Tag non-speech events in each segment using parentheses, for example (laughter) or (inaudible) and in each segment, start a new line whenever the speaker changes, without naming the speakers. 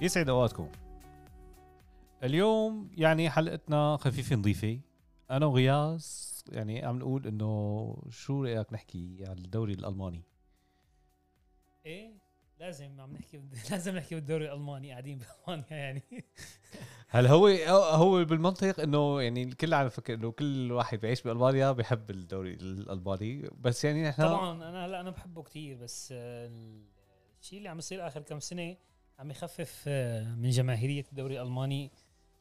يسعد اوقاتكم اليوم يعني حلقتنا خفيفه نظيفه انا وغياس يعني عم نقول انه شو رايك نحكي عن الدوري الالماني
ايه لازم عم نحكي بد... (laughs) لازم نحكي بالدوري الالماني قاعدين بالمانيا يعني
هل هو هو بالمنطق انه يعني الكل عم يفكر انه كل واحد بيعيش بالمانيا بيحب الدوري الالماني بس يعني نحن
طبعا انا هلا انا بحبه كتير بس آه، الشيء اللي عم يصير اخر كم سنه عم يخفف آه، من جماهيريه الدوري الالماني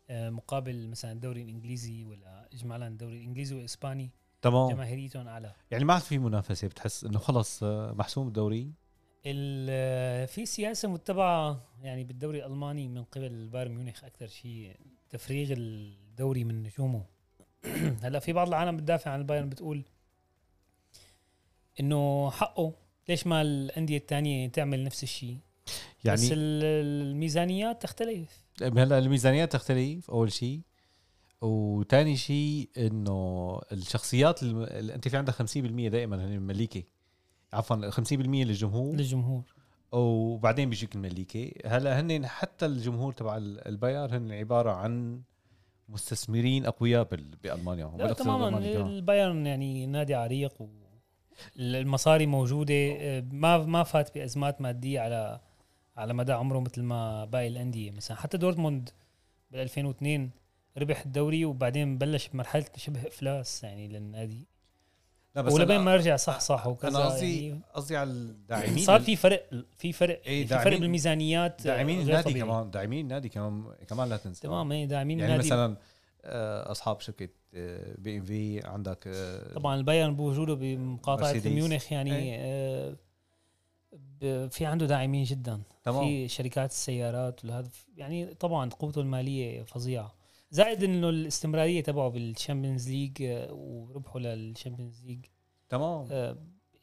آه، مقابل مثلا الدوري الانجليزي ولا اجمالا الدوري الانجليزي والاسباني
تمام
جماهيريتهم اعلى
يعني ما عاد في منافسه بتحس انه خلص آه، محسوم الدوري
ال- آه، في سياسه متبعه يعني بالدوري الالماني من قبل بايرن ميونخ اكثر شيء تفريغ الدوري من نجومه (clears throat) هلا في بعض العالم بتدافع عن البايرن بتقول انه حقه ليش ما الانديه الثانيه تعمل نفس الشيء يعني بس
يعني
ال- الميزانيات تختلف
طيب، هلا الميزانيات تختلف اول شيء وثاني شيء انه الشخصيات الم- اللي انت في عندك 50% دائما هن مليكه عفوا 50% للجمهور
للجمهور
وبعدين بيجيك المليكه هلا هن حتى الجمهور تبع ال- الباير هن عباره عن مستثمرين اقوياء بال- بالمانيا
لا
بالأقصى
تماما
بالألماني كمان.
البايرن يعني نادي عريق و المصاري موجوده آه، ما ما فات بازمات ماديه على على مدى عمره مثل ما باقي الانديه مثلا حتى دورتموند بال 2002 ربح الدوري وبعدين بلش بمرحله شبه افلاس يعني للنادي
لا بس
ولبين
انا
ما رجع صح صح وكذا
أنا قصدي
يعني
قصدي على الداعمين
صار في فرق في فرق
إيه،
في
داعمين-
فرق بالميزانيات آه،
داعمين
غير
النادي
طبيعي.
كمان داعمين النادي كمان كمان لا تنسى
تمام إيه، داعمين
يعني
النادي
مثلا آه، اصحاب شركه بي ام في عندك آه،
طبعا البايرن بوجوده بمقاطعه
مرسيدس.
ميونخ
إيه.
يعني آه، ب- في عنده داعمين جدا
تمام
في شركات السيارات والهذا يعني طبعا قوته الماليه فظيعه زائد انه الاستمراريه تبعه بالشامبيونز ليج آه، وربحه للشامبيونز ليج
تمام
آه،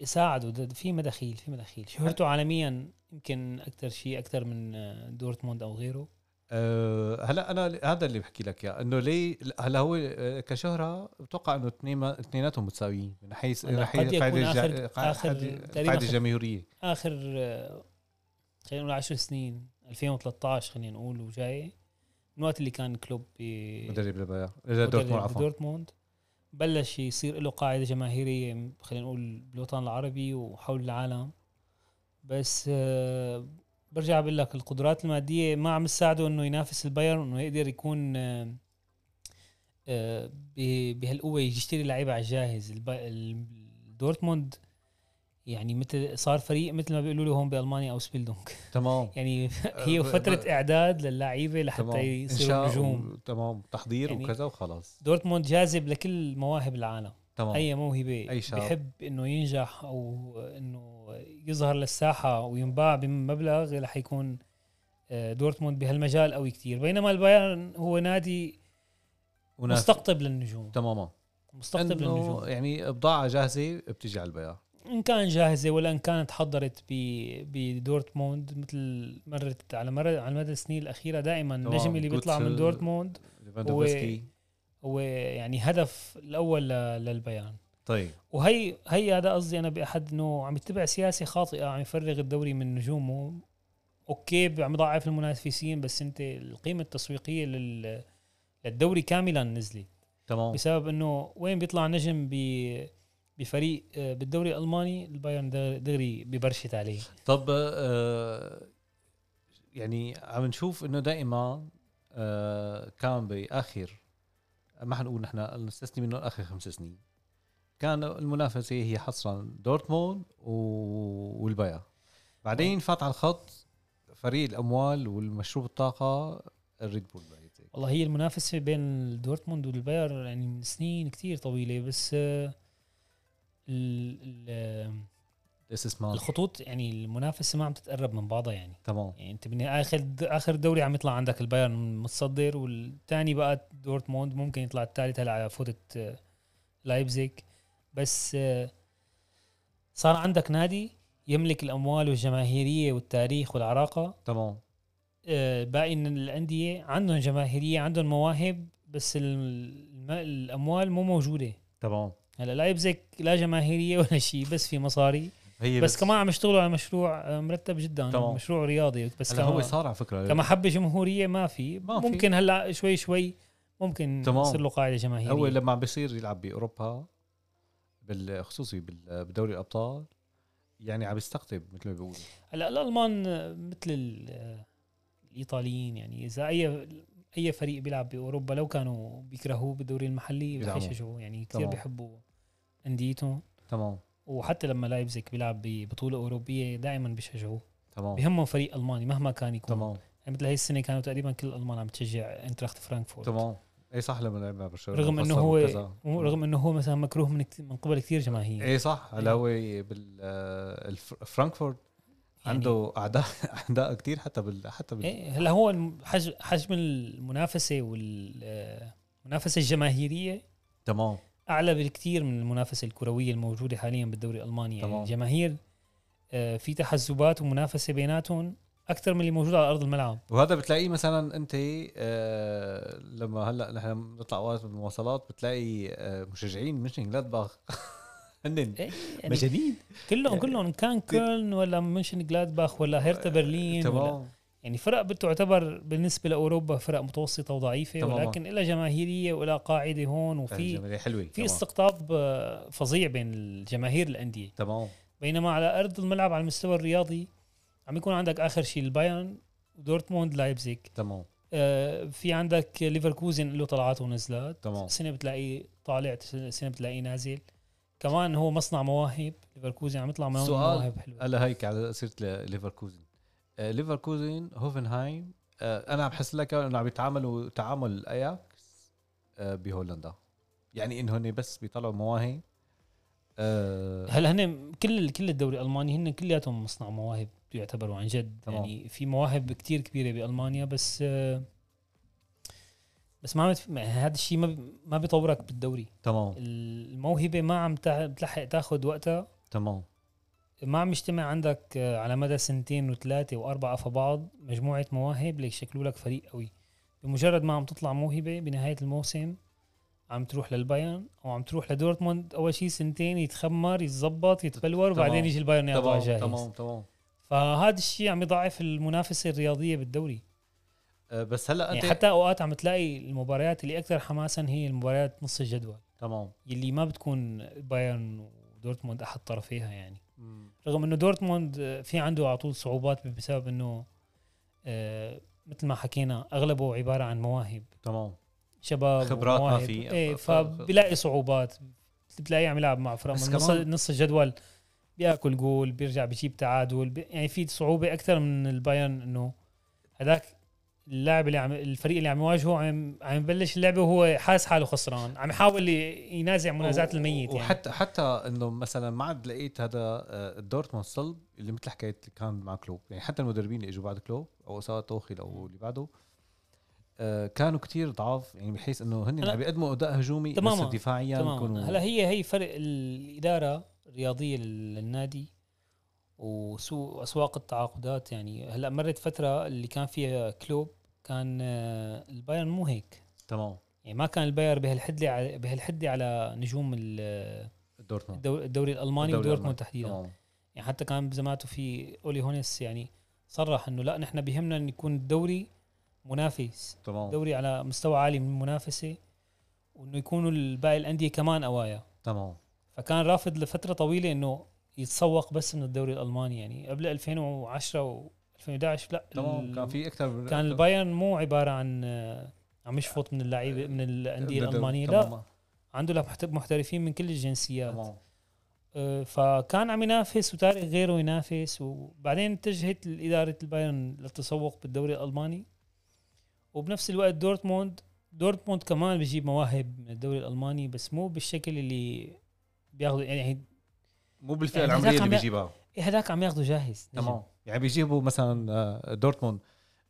ساعده ده- في مداخيل في مداخيل شهرته عالميا يمكن اكثر شيء اكثر من آه، دورتموند او غيره
أه هلا انا ل- هذا اللي بحكي لك اياه انه ليه هلا هو آه، كشهره بتوقع انه اثنين- اثنيناتهم متساويين من حيث
هلا
من
قد
حيث
يكون
قاعده
آخر-
الج- قا-
آخر
قاعدة-
تقريباً
قاعدة
خ-
الجماهيريه
اخر آه، خلينا نقول 10 سنين 2013 خلينا نقول وجاي من وقت اللي كان كلوب بي-
مدرب البايرن إذا دورتموند
مدرب
عفوا
دورتموند بلش يصير له قاعده جماهيريه خلينا نقول بالوطن العربي وحول العالم بس آه، برجع بقول لك القدرات الماديه ما عم تساعده انه ينافس البايرن انه يقدر يكون آه، آه، ب- بهالقوه يشتري لعيبه على الجاهز الب- ال- دورتموند يعني مثل صار فريق مثل ما بيقولوا له هون بالمانيا او سبيلدونج
تمام
(laughs) يعني
آه،
هي
ب-
فتره
ب-
اعداد للعيبه لحتى
تمام
يصيروا نجوم
و- تمام تحضير
يعني-
وكذا وخلاص
دورتموند جاذب لكل مواهب العالم
تمام
اي موهبه
آه. أي شاب.
بحب انه ينجح او انه يظهر للساحه وينباع بمبلغ رح يكون آه، دورتموند بهالمجال قوي كتير بينما البايرن هو نادي
وناس-
مستقطب للنجوم
تماما
مستقطب
انه
للنجوم
يعني بضاعه جاهزه بتجي على البيع
ان كان جاهزه ولا ان كانت حضرت ب- بدورتموند مثل مرت على مر على مدى السنين الاخيره دائما
طبعاً،
النجم اللي بيطلع من
جوتسل.
دورتموند
ليفاندوفسكي
هو يعني هدف الاول ل- للبيان
طيب
وهي هي هذا قصدي انا باحد انه عم يتبع سياسه خاطئه عم يفرغ الدوري من نجومه اوكي عم يضعف المنافسين بس انت القيمه التسويقيه لل للدوري كاملا نزلت
تمام
بسبب انه وين بيطلع نجم ب بفريق آه، بالدوري الالماني البايرن دغ- دغري ببرشت عليه
طب آه يعني عم نشوف انه دائما آه كان باخر ما حنقول نحن نستثني منه اخر خمس سنين كان المنافسه هي حصرا دورتموند و- والبايرن بعدين
طيب.
فات على الخط فريق الاموال والمشروب الطاقه الريد بول بايتك.
والله هي المنافسه بين دورتموند والبايرن يعني من سنين كتير طويله بس آه، ال- ال-
الاستثمار
الخطوط يعني المنافسه ما عم تتقرب من بعضها يعني
تمام
يعني انت بني اخر اخر دوري عم يطلع عندك البايرن متصدر والثاني بقى دورتموند ممكن يطلع الثالث هلا على فوتة آه، لايبزيج بس آه، صار عندك نادي يملك الاموال والجماهيريه والتاريخ والعراقه
تمام
آه، باقي إن الانديه عندهم جماهيريه عندهم مواهب بس الم- الاموال مو موجوده
تمام
هلا لايبزيج لا جماهيريه ولا شيء بس في مصاري
هي
بس كمان عم يشتغلوا على مشروع آه، مرتب جدا
تمام.
مشروع رياضي بس
هلا هو
كمان
صار على فكره
كمحبه جمهوريه ما في
ما في.
ممكن هلا شوي شوي ممكن
تمام.
يصير له قاعده جماهيريه
هو لما عم بيصير يلعب باوروبا بال- خصوصي بال- بدوري الابطال يعني عم يستقطب مثل ما بيقولوا
هلا الالمان آه، مثل ال- آه، الايطاليين يعني اذا اي اي فريق بيلعب باوروبا لو كانوا بيكرهوه بالدوري المحلي رح
بيدعموه.
يشجعوه يعني كثير
تمام.
بيحبوا انديتهم
تمام
وحتى لما لايبزيك بيلعب ببطوله اوروبيه دائما بيشجعوه
تمام
بهمهم فريق الماني مهما كان يكون
تمام
يعني مثل هاي السنه كانوا تقريبا كل الالمان عم تشجع انتراخت فرانكفورت
تمام اي صح لما لعب مع برشلونه
رغم انه
خسر
هو
وكذا.
رغم انه هو مثلا مكروه من كت- من قبل كثير جماهير يعني
اي إيه صح هلا هو بال آه، الف- فرانكفورت عنده اعداء (laughs) اعداء كثير حتى بال حتى بال
يعني. إيه، هلا هو الم- حج- حجم آه، المنافسه والمنافسه الجماهيريه
تمام
اعلى بالكثير من المنافسه الكرويه الموجوده حاليا بالدوري الالماني يعني
تمام.
الجماهير آه، في تحزبات ومنافسه بيناتهم اكثر من اللي موجود على ارض الملعب
وهذا بتلاقيه مثلا انت آه لما هلا نحن بنطلع اوقات بالمواصلات بتلاقي آه مشجعين ميشن (laughs) جلادباخ هن
إيه، يعني
مجانين
كلهم كلهم كان كولن ولا منشن جلادباخ ولا هيرتا برلين ولا
تمام
يعني فرق بتعتبر بالنسبه لاوروبا فرق متوسطه وضعيفه
تماما.
ولكن لها جماهيريه ولها قاعده هون وفي
في حلوه
في
يعني تمام.
استقطاب آه، فظيع بين الجماهير الانديه
تمام
بينما على ارض الملعب على المستوى الرياضي عم يكون عندك اخر شيء البايرن دورتموند لايبزيغ
تمام
آه، في عندك ليفركوزن له طلعات ونزلات
تمام
سنه بتلاقيه طالع سنه بتلاقيه نازل كمان هو مصنع مواهب ليفركوزن عم يطلع من
سؤال.
مواهب حلوه
هلا هيك على سيره ليفركوزن آه ليفركوزن هوفنهايم آه انا بحس لك انه عم يتعاملوا تعامل اياكس آه بهولندا يعني انه هن بس بيطلعوا مواهب آه
هلا هن كل كل الدوري الالماني هن كلياتهم مصنع مواهب يعتبروا عن جد
تمام.
يعني في مواهب كتير كبيره بالمانيا بس آه، بس ما عم تف- هذا الشيء ما بي- ما بيطورك بالدوري
تمام
الموهبه ما عم تع- بتلحق تاخذ وقتها
تمام
(laughs) ما عم يجتمع عندك آه، على مدى سنتين وثلاثه واربعه في بعض مجموعه مواهب ليشكلوا لك فريق قوي بمجرد ما عم تطلع موهبه بنهايه الموسم عم تروح للبايرن او عم تروح لدورتموند اول شيء سنتين يتخمر يتظبط يتبلور
تمام.
وبعدين يجي البايرن يعطوها
تمام
جاهز
تمام تمام
فهذا الشيء عم يضعف المنافسه الرياضيه بالدوري
آه بس هلا
يعني
انت
حتى اوقات عم تلاقي المباريات اللي اكثر حماسا هي المباريات نص الجدول
تمام
يلي ما بتكون بايرن ودورتموند احد طرفيها يعني
مم.
رغم انه دورتموند آه، في عنده على طول صعوبات بسبب انه آه، مثل ما حكينا اغلبه عباره عن مواهب
تمام
شباب
خبرات ما
ومواهب.
في.
ايه
ف- ف-
فبلاقي صعوبات بتلاقيه عم يلعب مع فرق
بس
من نص
كمان-
نص الجدول بياكل جول بيرجع بجيب تعادل بي يعني في صعوبه اكثر من البايرن انه هذاك اللاعب اللي عم الفريق اللي عم يواجهه عم عم يبلش اللعبه وهو حاسس حاله خسران عم يحاول ي- ينازع منازعات الميت يعني
وحتى حتى انه مثلا ما عاد لقيت هذا آه، دورتموند صلب اللي مثل حكايه اللي كان مع كلوب يعني حتى المدربين اللي اجوا بعد كلوب او سواء توخيل او اللي بعده آه، كانوا كتير ضعاف يعني بحيث انه هن
هلا-
عم بيقدموا اداء هجومي بس
تماما.
دفاعيا
تمام
يعني يكونوا
هلا هي هي فرق الاداره الرياضيه للنادي وسوق اسواق التعاقدات يعني هلا مرت فتره اللي كان فيها كلوب كان آه، البايرن مو هيك
تمام
يعني ما كان البايرن بهالحده على بهالحده على نجوم ال-
دورتموند
الدو- الدوري الالماني
آه. الدوري
ودورتموند
الألماني. آه.
تحديدا
تمام
يعني حتى كان بزماته في اولي هونس يعني صرح انه لا نحن بيهمنا ان يكون الدوري منافس
تمام
دوري على مستوى عالي من المنافسه وانه يكونوا الباقي الانديه كمان قوايا
تمام
فكان رافض لفتره طويله انه يتسوق بس من الدوري الالماني يعني قبل 2010 و2011 لا
تمام
ال-
كان في اكثر من
كان البايرن مو عباره عن آه، عم يشفط من اللعيبه من الانديه
بدل-
الالمانيه لا
تماما.
عنده لمحت- محترفين من كل الجنسيات
تمام
آه، فكان عم ينافس وتارك غيره ينافس وبعدين اتجهت اداره البايرن للتسوق بالدوري الالماني وبنفس الوقت دورتموند دورتموند كمان بيجيب مواهب من الدوري الالماني بس مو بالشكل اللي بياخذوا يعني
مو بالفئه
يعني
العمريه
إذا
اللي
كان-
بيجيبها
إيه هداك عم ياخده جاهز نجم.
تمام يعني بيجيبوا مثلا آه، دورتموند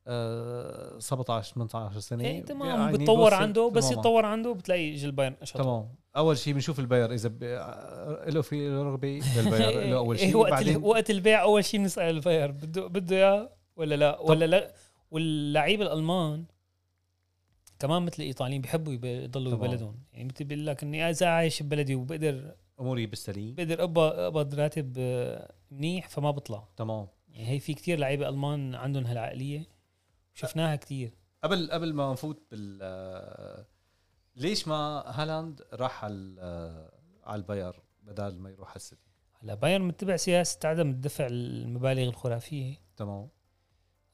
آه، 17 18 سنه
ايه تمام
يعني
بتطور
بيوصل-
عنده بس
تماما.
يتطور عنده بتلاقي يجي البايرن اشطر
تمام اول شيء بنشوف الباير اذا ب... آه، له في رغبه
(laughs)
للباير له اول
إيه
شيء
وقت ال-
بعدين
وقت البيع اول شيء بنسال البايرن بده بده اياه ولا لا ولا لا واللعيبه الالمان كمان مثل الايطاليين بيحبوا يب- يضلوا
تمام.
ببلدهم يعني مثل بيقول لك اني اذا عايش ببلدي وبقدر
اموري بالسليم
بقدر اقبض اقبض راتب آه، منيح فما بطلع
تمام
يعني هي في كتير لعيبه المان عندهم هالعقليه شفناها كتير
قبل قبل ما نفوت بال آه، ليش ما هالاند راح على آه، على الباير بدل ما يروح على السيتي
هلا بايرن متبع سياسه عدم الدفع المبالغ الخرافيه
تمام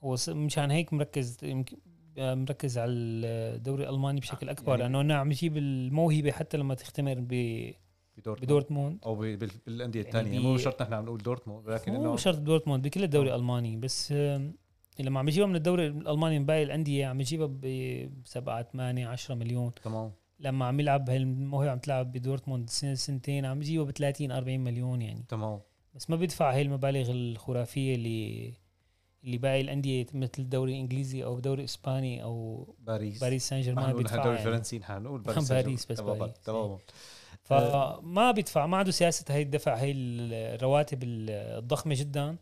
هو س- مشان هيك مركز يمكن- آه، مركز على الدوري الالماني بشكل
آه،
اكبر
يعني-
لانه انا عم يجيب الموهبه حتى لما تختمر ب-
بدور
بدورتموند
او ب- بال- بالانديه
يعني
الثانيه
بي-
مو شرط نحن عم نقول دورتموند ولكن
مو
انه
شرط دورتموند بكل
آه.
الدوري الالماني بس آم، لما عم يجيبها من الدوري الالماني من باقي الانديه عم يجيبها ب 7 8 10 مليون
تمام
لما عم يلعب هالموهبه عم تلعب بدورتموند سنه سنتين عم يجيبها ب 30 40 مليون يعني
تمام
بس ما بيدفع هاي المبالغ الخرافيه اللي اللي باقي الانديه مثل الدوري الانجليزي او الدوري الاسباني او
باريس
باريس سان
نحن
جيرمان
نقول نحن
بيدفع
دوري
يعني.
الفرنسي نحن
(laughs)
نقول
باريس بس
تماما
باريس.
تماما
فما بيدفع ما عنده سياسه هي الدفع هي الرواتب الضخمه جدا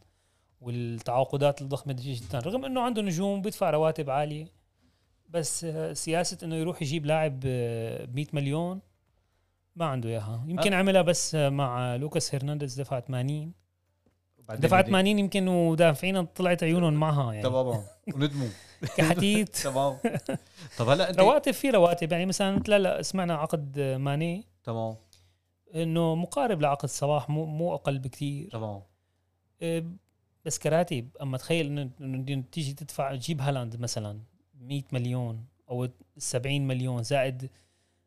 والتعاقدات الضخمه جدا رغم انه عنده نجوم بيدفع رواتب عاليه بس آه، سياسه انه يروح يجيب لاعب ب 100 مليون ما عنده اياها يمكن عملها بس آه، مع لوكاس هرنانديز دفع 80
وبعدين
دفع
بدي-
80 يمكن ودافعين طلعت عيونهم معها يعني
تماما وندموا (laughs)
كحتيت (laughs)
تمام طب هلا انت
رواتب في رواتب يعني مثلا مثل هلا سمعنا عقد آه، ماني
تمام
انه مقارب لعقد صلاح مو مو اقل بكثير
تمام
إيه، بس كراتب اما تخيل انه إنه تيجي تدفع تجيب هالاند مثلا 100 مليون او 70 مليون زائد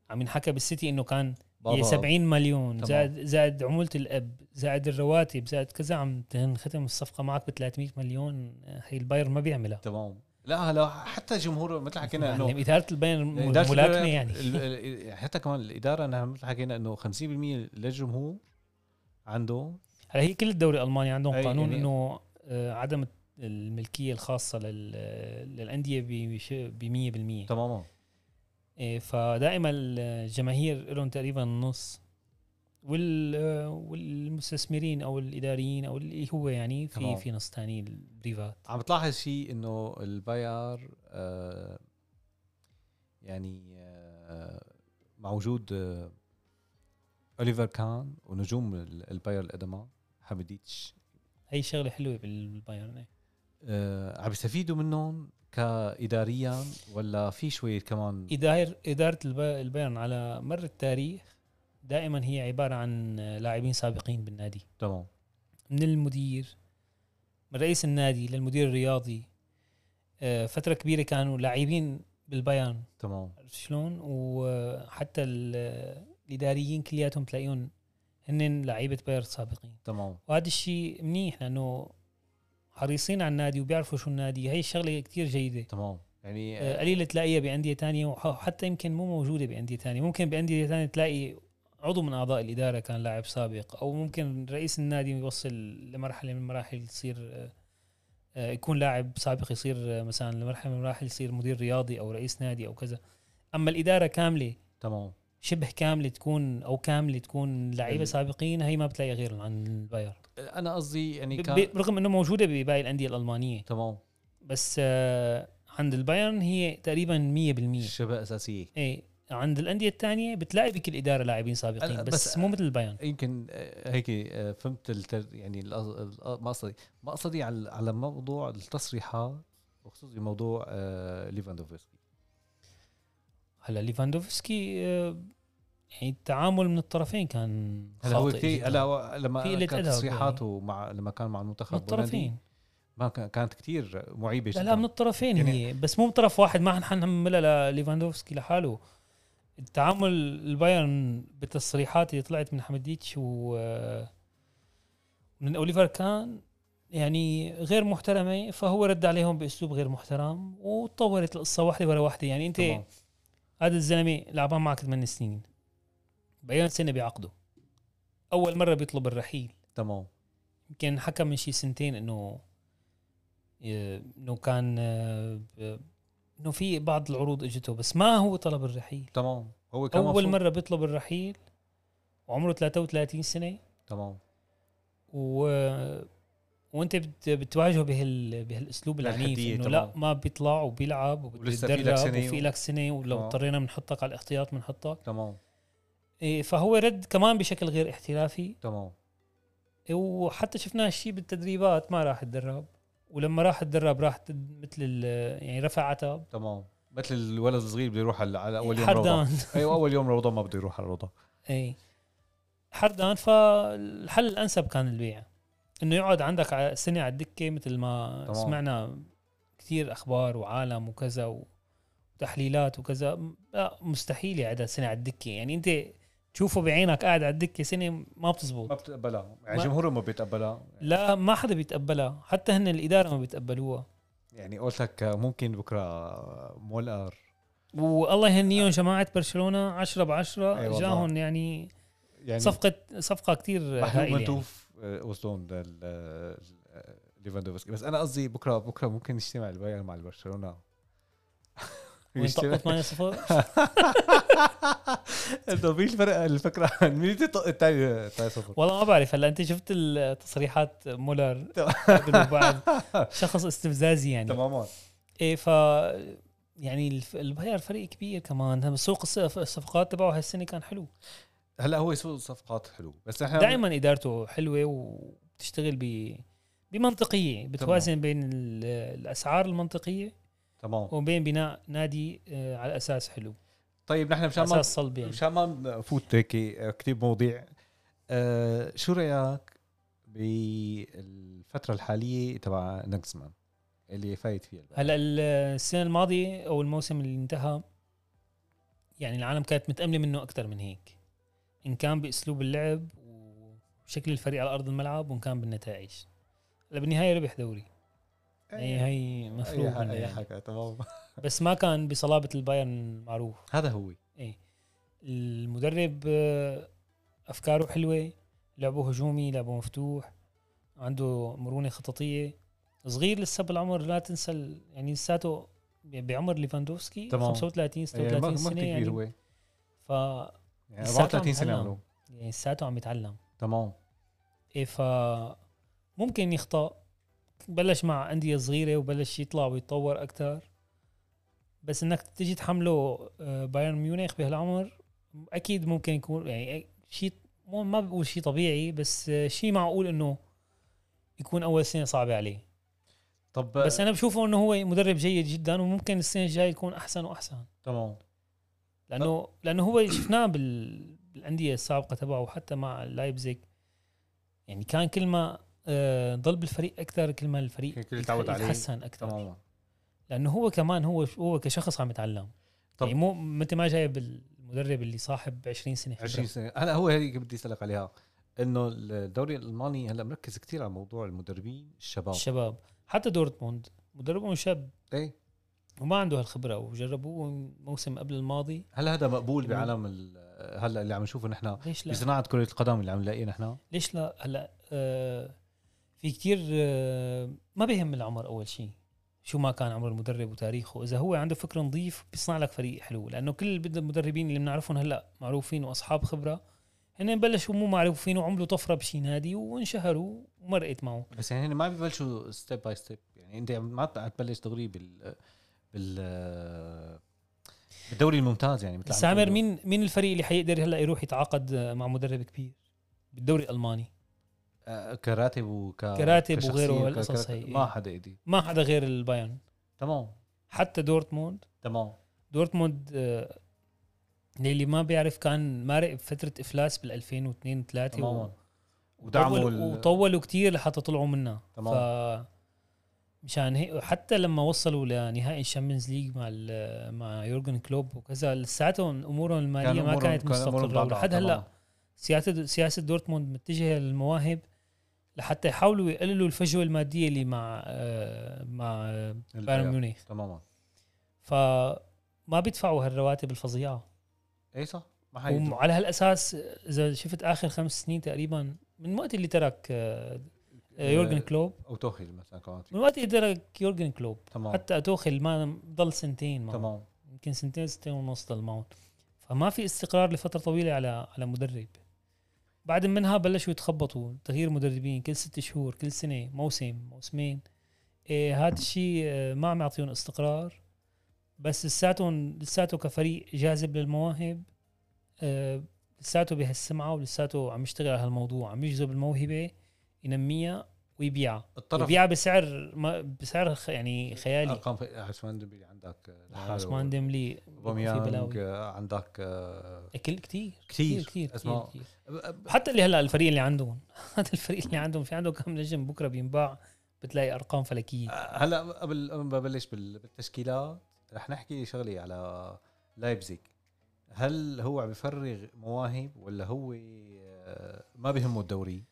عم ينحكى بالسيتي انه كان هي 70 مليون
تمام.
زائد زائد عموله الاب زائد الرواتب زائد كذا عم تنختم الصفقه معك ب 300 مليون آه، هي البايرن ما بيعملها
تمام لا هلا حتى جمهوره مثل حكينا انه
يعني اداره البايرن
إدارة
ملاكمه
الإدارة-
يعني
ال- ال- حتى كمان الاداره نحن مثل حكينا انه 50% للجمهور عنده
هلا هي كل الدوري الالماني عندهم
أي
قانون
يعني-
انه آه، عدم الملكيه الخاصه لل- للانديه بش- ب 100%
تماما
إيه، فدائما الجماهير لهم تقريبا نص وال آه، والمستثمرين او الاداريين او اللي هو يعني في
تمام.
في نص ثاني البريفات
عم تلاحظ شيء انه الباير آه يعني آه مع وجود آه اوليفر كان ونجوم ال- الباير القدماء حمديتش
هي شغله حلوه بالبايرن إيه.
آه عم بيستفيدوا منهم كاداريا ولا في شويه كمان
إدارة إدارة الب- البايرن على مر التاريخ دائما هي عبارة عن آه، لاعبين سابقين بالنادي
تمام
من المدير من رئيس النادي للمدير الرياضي آه، فترة كبيرة كانوا لاعبين بالبايرن
تمام
عرفت شلون وحتى ال- الإداريين كلياتهم تلاقيهم هن لعيبة بايرن سابقين
تمام
وهذا الشيء منيح لأنه حريصين على النادي وبيعرفوا شو النادي هاي الشغلة كتير جيدة
تمام يعني
آه، قليل تلاقيها بأندية تانية وح- وحتى يمكن مو موجودة بأندية تانية ممكن بأندية تانية تلاقي عضو من أعضاء الإدارة كان لاعب سابق أو ممكن رئيس النادي يوصل لمرحلة من المراحل يصير آه، آه، يكون لاعب سابق يصير آه، مثلا لمرحلة من المراحل يصير مدير رياضي أو رئيس نادي أو كذا أما الإدارة كاملة
تمام
شبه كاملة تكون أو كاملة تكون لعيبة
ال-
سابقين هي ما بتلاقي غيرهم عن البايرن
انا قصدي يعني
ب-
كان
ب- رغم أنه موجودة بباقي الأندية الألمانية
تمام
بس آه، عند البايرن هي تقريبا 100%
شبه اساسيه
ايه عند الانديه الثانيه بتلاقي بكل اداره لاعبين
أنا-
سابقين بس,
بس-
بس مو مثل البيان
يمكن آه، هيك آه، فهمت التر يعني الأز- الأ- مقصدي مقصدي على على موضوع التصريحات وخصوصي موضوع آه، ليفاندوفسكي
هلا ليفاندوفسكي آه، يعني التعامل من الطرفين كان
هلا هو
خاطئ
كتير
جداً.
هلا هو- لما
في يعني. قلة
كانت
أدب
تصريحاته مع لما كان مع المنتخب
من
البولندي
الطرفين
ما كان- كانت كتير معيبه
لا لا من الطرفين
يعني-
هي بس مو من طرف واحد ما حنحملها لليفاندوفسكي لحاله التعامل البايرن بالتصريحات اللي طلعت من حمديتش و آه، من اوليفر كان يعني غير محترمه فهو رد عليهم باسلوب غير محترم وتطورت القصه واحده ورا واحده يعني انت
تمام.
هذا الزلمه لعبان معك 8 سنين بيان سنه بعقده اول مره بيطلب الرحيل
تمام
يمكن حكى من شي سنتين انه ي- انه كان آه، ب- انه في بعض العروض اجته بس ما هو طلب الرحيل
تمام هو كان
اول
مبسوط.
مره بيطلب الرحيل وعمره 33 سنه
تمام
و وانت بت- بتواجهه بهال بهالاسلوب العنيف
بالحدية
انه
تمام.
لا ما بيطلع وبيلعب
ولسه في لك
وبيتدرب
سنة
وفي
و-
لك سنه ولو
آه.
اضطرينا بنحطك على الاحتياط بنحطك
تمام
إيه، فهو رد كمان بشكل غير احترافي
تمام
وحتى شفنا هالشيء بالتدريبات ما راح تدرب ولما راح تدرب راح تد- مثل ال- يعني رفع عتب
تمام مثل الولد الصغير بده يروح على على اول يوم روضه
(laughs) حردان
ايوه اول يوم روضه ما بده يروح على
(laughs)
الروضه
اي حردان إيه. فالحل الانسب كان البيع انه يقعد عندك ع- سنه على الدكه مثل ما
تمام.
طبعا. سمعنا كثير اخبار وعالم وكذا وتحليلات وكذا م- لا مستحيل يقعد سنه على الدكه يعني انت تشوفه بعينك قاعد على الدكه سنه ما
ما
بتزبط
بتقبلها يعني
ما-
جمهوره ما بيتقبلها
لا ما حدا بيتقبلها حتى هن الاداره ما بيتقبلوها
يعني قلت لك ممكن بكره مول ار
والله يهنيهم جماعه برشلونه 10 ب 10
أي والله.
جاهم يعني
يعني
صفقه صفقه كثير
محلول
هائله يعني.
منتوف آه، وصلهم لل- آه، ليفاندوفسكي بس انا قصدي بكره بكره ممكن يجتمع البايرن مع البرشلونه
وانطقوا
(laughs)
8 0
طب ايش الفرق الفكره (laughs) مين تطق الثاني 3 0
والله ما بعرف هلا انت شفت التصريحات مولر
(laughs) تمام.
قبل وبعد شخص استفزازي يعني
تماما
ايه ف يعني الف- الباير فريق كبير كمان هم سوق الص- الصفقات تبعه هالسنه كان حلو
هلا هو يسوق صفقات حلو بس احنا
دائما ادارته حلوه وبتشتغل ب بمنطقيه بتوازن بين ال- الاسعار المنطقيه
تمام
وبين بناء نادي آه، على اساس حلو
طيب نحن
على
مشان ما
اساس صلب يعني
مشان ما نفوت هيك كثير مواضيع آه، شو رايك بالفتره الحاليه تبع نجزمان اللي فايت فيها البايرن؟
هلا ال- السنه الماضيه او الموسم اللي انتهى يعني العالم كانت متامله منه اكثر من هيك ان كان باسلوب اللعب وشكل الفريق على ارض الملعب وان كان بالنتائج هلا بالنهايه ربح دوري هي هي مفروض
أي-
منه
اي
يعني.
حاجه
(laughs)
تمام
بس ما كان بصلابه البايرن معروف
هذا هو
المدرب آه، افكاره حلوه لعبه هجومي لعبه مفتوح عنده مرونه خططيه صغير لسه بالعمر لا تنسى ال- يعني لساته ب- بعمر ليفاندوفسكي
تمام.
35
يعني ما
36
ما
سنه
كتير كبير
يعني
هو
ف
يعني
لساته
34
عم
سنه
يتعلم.
عمره
يعني لساته عم يتعلم
تمام
ايه ف ممكن يخطا بلش مع انديه صغيره وبلش يطلع ويتطور اكثر بس انك تيجي تحمله آه، بايرن ميونخ بهالعمر اكيد ممكن يكون يعني شيء مو ما بقول شيء طبيعي بس شيء معقول انه يكون اول سنه صعبه عليه
طب
بس انا بشوفه انه هو مدرب جيد جدا وممكن السنه الجايه يكون احسن واحسن
تمام
لانه لانه هو شفناه بال... بالانديه السابقه تبعه وحتى مع لايبزيج يعني كان كل ما آه، ضل بالفريق اكثر كل ما الفريق
كل- كل تعود عليه.
يتحسن اكثر
تماما
لانه هو كمان هو هو كشخص عم يتعلم
طب-
يعني مو مثل ما جايب المدرب اللي صاحب 20 سنه خبرة.
20 سنه هلا هو هيك بدي اسالك عليها انه الدوري الالماني هلا مركز كتير على موضوع المدربين الشباب
الشباب حتى دورتموند مدربهم شاب
ايه
وما عنده هالخبره وجربوه موسم قبل الماضي
هلا هذا مقبول
تمام.
بعالم ال- هلا اللي عم نشوفه نحن
ليش لا
بصناعه كره القدم اللي عم نلاقيه نحن
ليش لا هلا آه في كتير آه ما بيهم العمر اول شيء شو ما كان عمر المدرب وتاريخه اذا هو عنده فكر نظيف بيصنع لك فريق حلو لانه كل بد- المدربين اللي بنعرفهم هلا معروفين واصحاب خبره هن بلشوا مو معروفين وعملوا طفره بشي نادي وانشهروا ومرقت معه
بس يعني هن ما ببلشوا ستيب باي ستيب يعني انت عم- ما تبلش دغري بال بال بالدوري الممتاز يعني مثل عم
بس عامر
تقولوا.
مين مين الفريق اللي حيقدر هلا يروح يتعاقد آه، مع مدرب كبير بالدوري الالماني
آه، كراتب وك
كراتب
كشخصية
وغيره
وك-
والقصص
كراتب.
هي.
ما حدا ايدي
ما حدا غير البايرن
تمام
حتى دورتموند
تمام
دورتموند آه، للي ما بيعرف كان مارق بفتره افلاس بال 2002 3
تماما ودعموا ال-
وطولوا كتير لحتى طلعوا منها
تمام.
ف مشان هيك حتى لما وصلوا لنهائي الشامبيونز ليج مع ال- مع يورجن كلوب وكذا لساتهم امورهم الماليه ما
أمورهم-
كانت
كان أمورهم
مستقره
ضعضع.
ولحد
تمام.
هلا سياسه سياسه دورتموند متجهه للمواهب لحتى يحاولوا يقللوا الفجوه الماديه اللي مع آه، مع آه، بايرن
البيع.
ميونخ
تماما
فما بيدفعوا هالرواتب الفظيعه
اي إيه صح ما حيقدروا.
وعلى هالاساس اذا شفت اخر خمس سنين تقريبا من وقت اللي ترك آه، آه، يورجن كلوب
او توخيل مثلا كمان
من وقت اللي ترك يورجن كلوب
تمام
حتى اتوخل ما ضل سنتين معه
آه. تمام
يمكن سنتين سنتين ونص ضل معه فما في استقرار لفتره طويله على على مدرب بعد منها بلشوا يتخبطوا تغيير مدربين كل ست شهور كل سنه موسم موسمين إيه هذا الشيء آه، ما عم يعطيهم استقرار بس لساتهم لساته كفريق جاذب للمواهب آه، لساته بهالسمعه ولساته عم يشتغل على هالموضوع عم يجذب الموهبه ينميها ويبيعها
الطرف
يبيعها بسعر ما بسعر خ- يعني خيالي
ارقام في- عثمان ديمبلي عندك لحاله.
عثمان ديملي في
اوباميانج
بلاوي
آه، عندك آه،
اكل كتير
كتير
كتير كتير,
أسماء.
كتير.
أب-
حتى اللي هلا الفريق اللي عندهم (laughs) هذا الفريق اللي عندهم في عندهم كم نجم بكره بينباع بتلاقي ارقام فلكيه
آه، هلا قبل ما ببلش بال- بالتشكيلات رح نحكي شغلي على لايبزيج هل هو عم يفرغ مواهب ولا هو آه، ما بهمه الدوري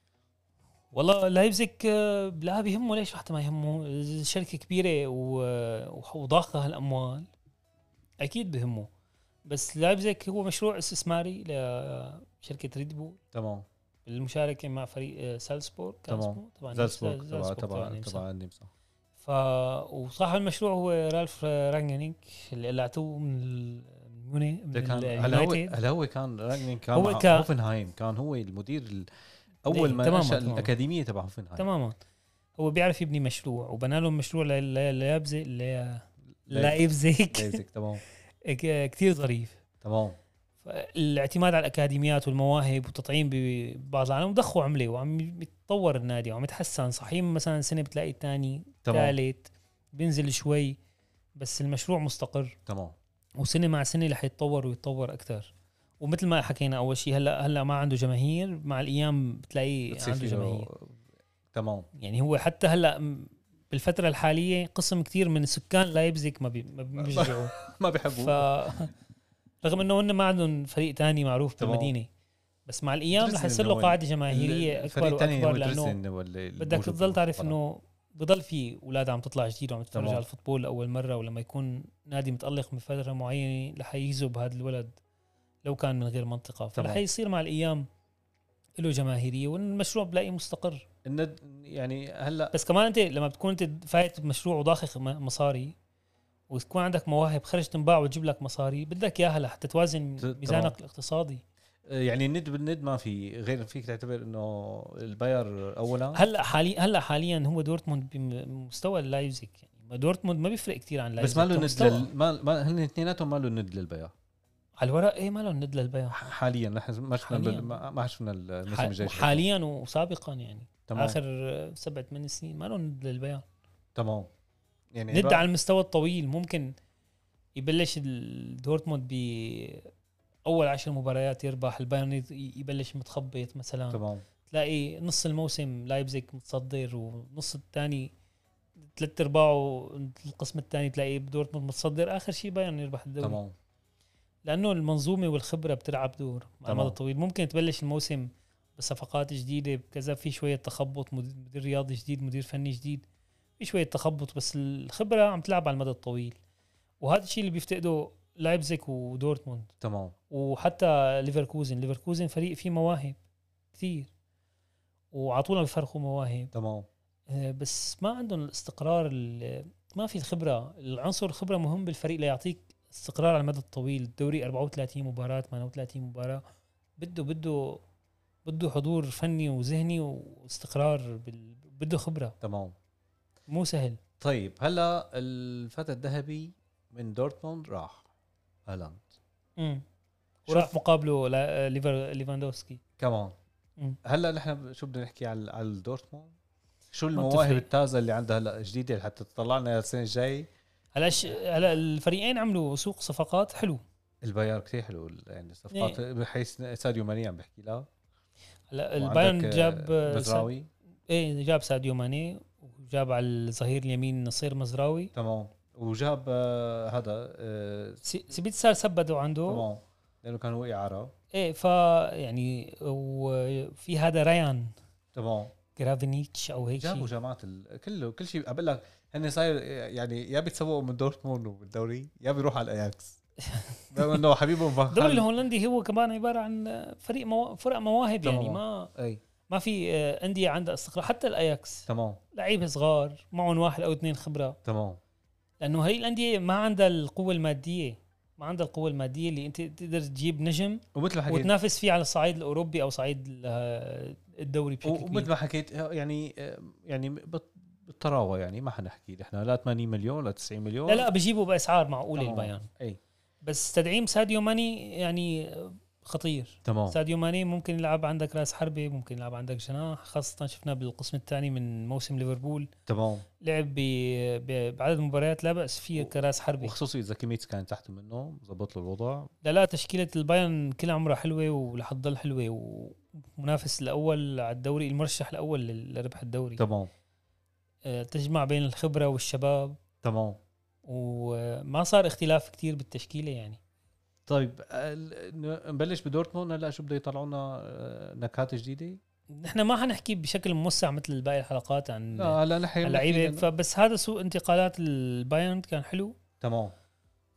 والله لايبزيك آه، لا بيهمه ليش حتى ما يهمه شركه كبيره و- وح- وضاخه هالاموال اكيد بهمه بس لايبزيك هو مشروع استثماري لشركه ريد بول
تمام
المشاركه مع فريق آه، سالزبورغ كان
تمام.
اسمه؟ طبعا
زالسبورغ تبع
زالزبورغ
تبع
النمسا.
تبع النمسا
ف وصاحب المشروع هو رالف آه، رانجنيك اللي قلعتوه من ال- من ميوني من
ده كان آه. هلا هو
اليونايتد.
هلا هو كان راجنين كان
هو
هو
ك-
هوفنهايم كان هو المدير ال- اول
إيه،
ما
تماماً،
نشأ
تماماً.
الاكاديميه تبع هوفنهايم
تماما هو بيعرف يبني مشروع وبنى لهم مشروع ل- ل- ليبزي ل- لايبزيك
بيزك تمام
(laughs) ك- كتير ظريف
تمام
الاعتماد على الاكاديميات والمواهب والتطعيم ببعض العالم ضخوا عمله وعم يتطور النادي وعم يتحسن صحيح مثلا سنه بتلاقي الثاني
تمام
ثالث بينزل شوي بس المشروع مستقر
تمام
وسنه مع سنه رح يتطور ويتطور اكثر ومثل ما حكينا اول شيء هلا هلا ما عنده جماهير مع الايام بتلاقيه
بتصير
عنده
فيه-
جماهير
تمام
يعني هو حتى هلا م- بالفتره الحاليه قسم كثير من سكان لايبزيغ ما بي- ما بيشجعوا
(laughs) ما بحبوه
ف رغم انه هن ما عندهم فريق تاني معروف
تمام.
بالمدينه بس مع الايام رح
درزدن
يصير له
هو
قاعده جماهيريه اكبر
الفريق الثاني هو
واكبر لانه
دريسدن ولا
بدك تضل تعرف انه بضل في اولاد عم تطلع جديد وعم تتفرج
تمام.
على الفوتبول لاول مره ولما يكون نادي متالق من فتره معينه رح يجذب هذا الولد لو كان من غير منطقه فرح
تمام.
يصير مع الايام له جماهيريه والمشروع بلاقيه مستقر
الند يعني هلا
بس كمان انت لما بتكون انت فايت بمشروع وضاخخ م- مصاري وتكون عندك مواهب خرج تنباع وتجيب لك مصاري بدك اياها لحتى توازن
ت- تمام.
ميزانك الاقتصادي
يعني الند بالند ما في غير فيك تعتبر انه الباير اولا
هلا حاليا هلا حاليا هو دورتموند بمستوى اللايبزيج يعني دورتموند ما بيفرق كثير عن
بس
لايبزيج
ما له ند
كمستوى.
لل... ما... ما هن اثنيناتهم ما له ند للباير
على الورق ايه ما لهم ند للبيع
ح- حاليا نحن ما شفنا
حالياً.
بال... ما ما شفنا الموسم الجاي
ح- حاليا وسابقا يعني
تمام
اخر آه، سبع ثمان سنين ما لهم ند للبيع
تمام يعني
ند
بقى-
على المستوى الطويل ممكن يبلش ال- دورتموند ب اول عشر مباريات يربح البايرن يت- يبلش متخبط مثلا طبعا.
تمام
تلاقي نص الموسم لايبزيج متصدر ونص الثاني ثلاث ارباعه القسم الثاني تلاقيه بدورتموند متصدر اخر شيء بايرن يربح الدوري
تمام
لانه المنظومه والخبره بتلعب دور على
تمام.
المدى الطويل ممكن تبلش الموسم بصفقات جديده بكذا في شويه تخبط مد- مدير رياضي جديد مدير فني جديد في شويه تخبط بس الخبره عم تلعب على المدى الطويل وهذا الشيء اللي بيفتقده لايبزيج ودورتموند
تمام
وحتى ليفركوزن ليفركوزن فريق فيه مواهب كثير وعطونا بفرقوا مواهب
تمام
آه، بس ما عندهم الاستقرار ال- ما في الخبره العنصر الخبره مهم بالفريق ليعطيك استقرار على المدى الطويل الدوري 34 مباراه 38 مباراه بده بده بده حضور فني وذهني واستقرار بال... بده خبره
تمام
مو سهل
طيب هلا الفتى الذهبي من دورتموند راح هالاند
امم وراح مقابله لا... ليفر... ليفاندوفسكي
كمان
مم.
هلا نحن شو بدنا نحكي على على دورتموند شو
ما
المواهب
بتفرق.
التازه اللي عندها هلا جديده لحتى تطلع لنا السنه الجاي
هلا ش... هلا الفريقين عملوا سوق صفقات حلو
الباير كثير حلو يعني الصفقات
إيه.
بحيث ساديو ماني عم بحكي لها
هلا
وعندك،
البايرن
آه،
جاب آه، سا-
مزراوي
ايه جاب ساديو ماني وجاب على الظهير اليمين نصير مزراوي
تمام وجاب آه، هذا آه،
سي- سبيت سار سبدوا عنده
تمام لانه كان هو اعاره
ايه ف يعني وفي هذا ريان
تمام
جرافينيتش او هيك
جابوا
إيه، شيء
جماعه ال... كله كل شيء بقول لك هن صاير يعني يا بيتسوقوا من دورتموند وبالدوري يا بيروحوا على
(laughs)
الاياكس بما انه حبيبهم فان
الدوري
خال-
الهولندي هو كمان عباره عن فريق مو... فرق مواهب يعني
تمام.
ما
اي
ما في آه، انديه عندها استقرار حتى الاياكس
تمام
لعيبه صغار معهم واحد او اثنين خبره
تمام
لانه هي الانديه ما عندها القوه الماديه ما عندها القوه الماديه اللي انت تقدر تجيب نجم
ومثل ما حكيت
وتنافس فيه على الصعيد الاوروبي او صعيد ال- آه، الدوري بشكل
و- ومثل
كبير
ما حكيت يعني يعني بت- بالطراوه يعني ما حنحكي نحن لا 80 مليون لا 90 مليون
لا لا بجيبوا باسعار معقوله
تمام.
البيان
اي
بس تدعيم ساديو ماني يعني خطير
تمام
ساديو ماني ممكن يلعب عندك راس حربه ممكن يلعب عندك جناح خاصه شفنا بالقسم الثاني من موسم ليفربول
تمام
لعب ب- ب- بعدد مباريات لا باس فيه كراس حربي
وخصوصي اذا كيميتس كان تحت منه ظبط له الوضع
لا لا تشكيله البايرن كل عمرها حلوه ورح تضل حلوه ومنافس الاول على الدوري المرشح الاول لل- لربح الدوري
تمام
آه، تجمع بين الخبره والشباب
تمام
وما صار اختلاف كتير بالتشكيله يعني
طيب ال- ن- نبلش بدورتموند هلا شو بده يطلعوا لنا آه، نكهات جديده؟
نحن ما حنحكي بشكل موسع مثل باقي الحلقات عن
لا آه، هلا نحن
اللعيبه
بنحكي لأنه-
فبس هذا سوء انتقالات البايرن كان حلو
تمام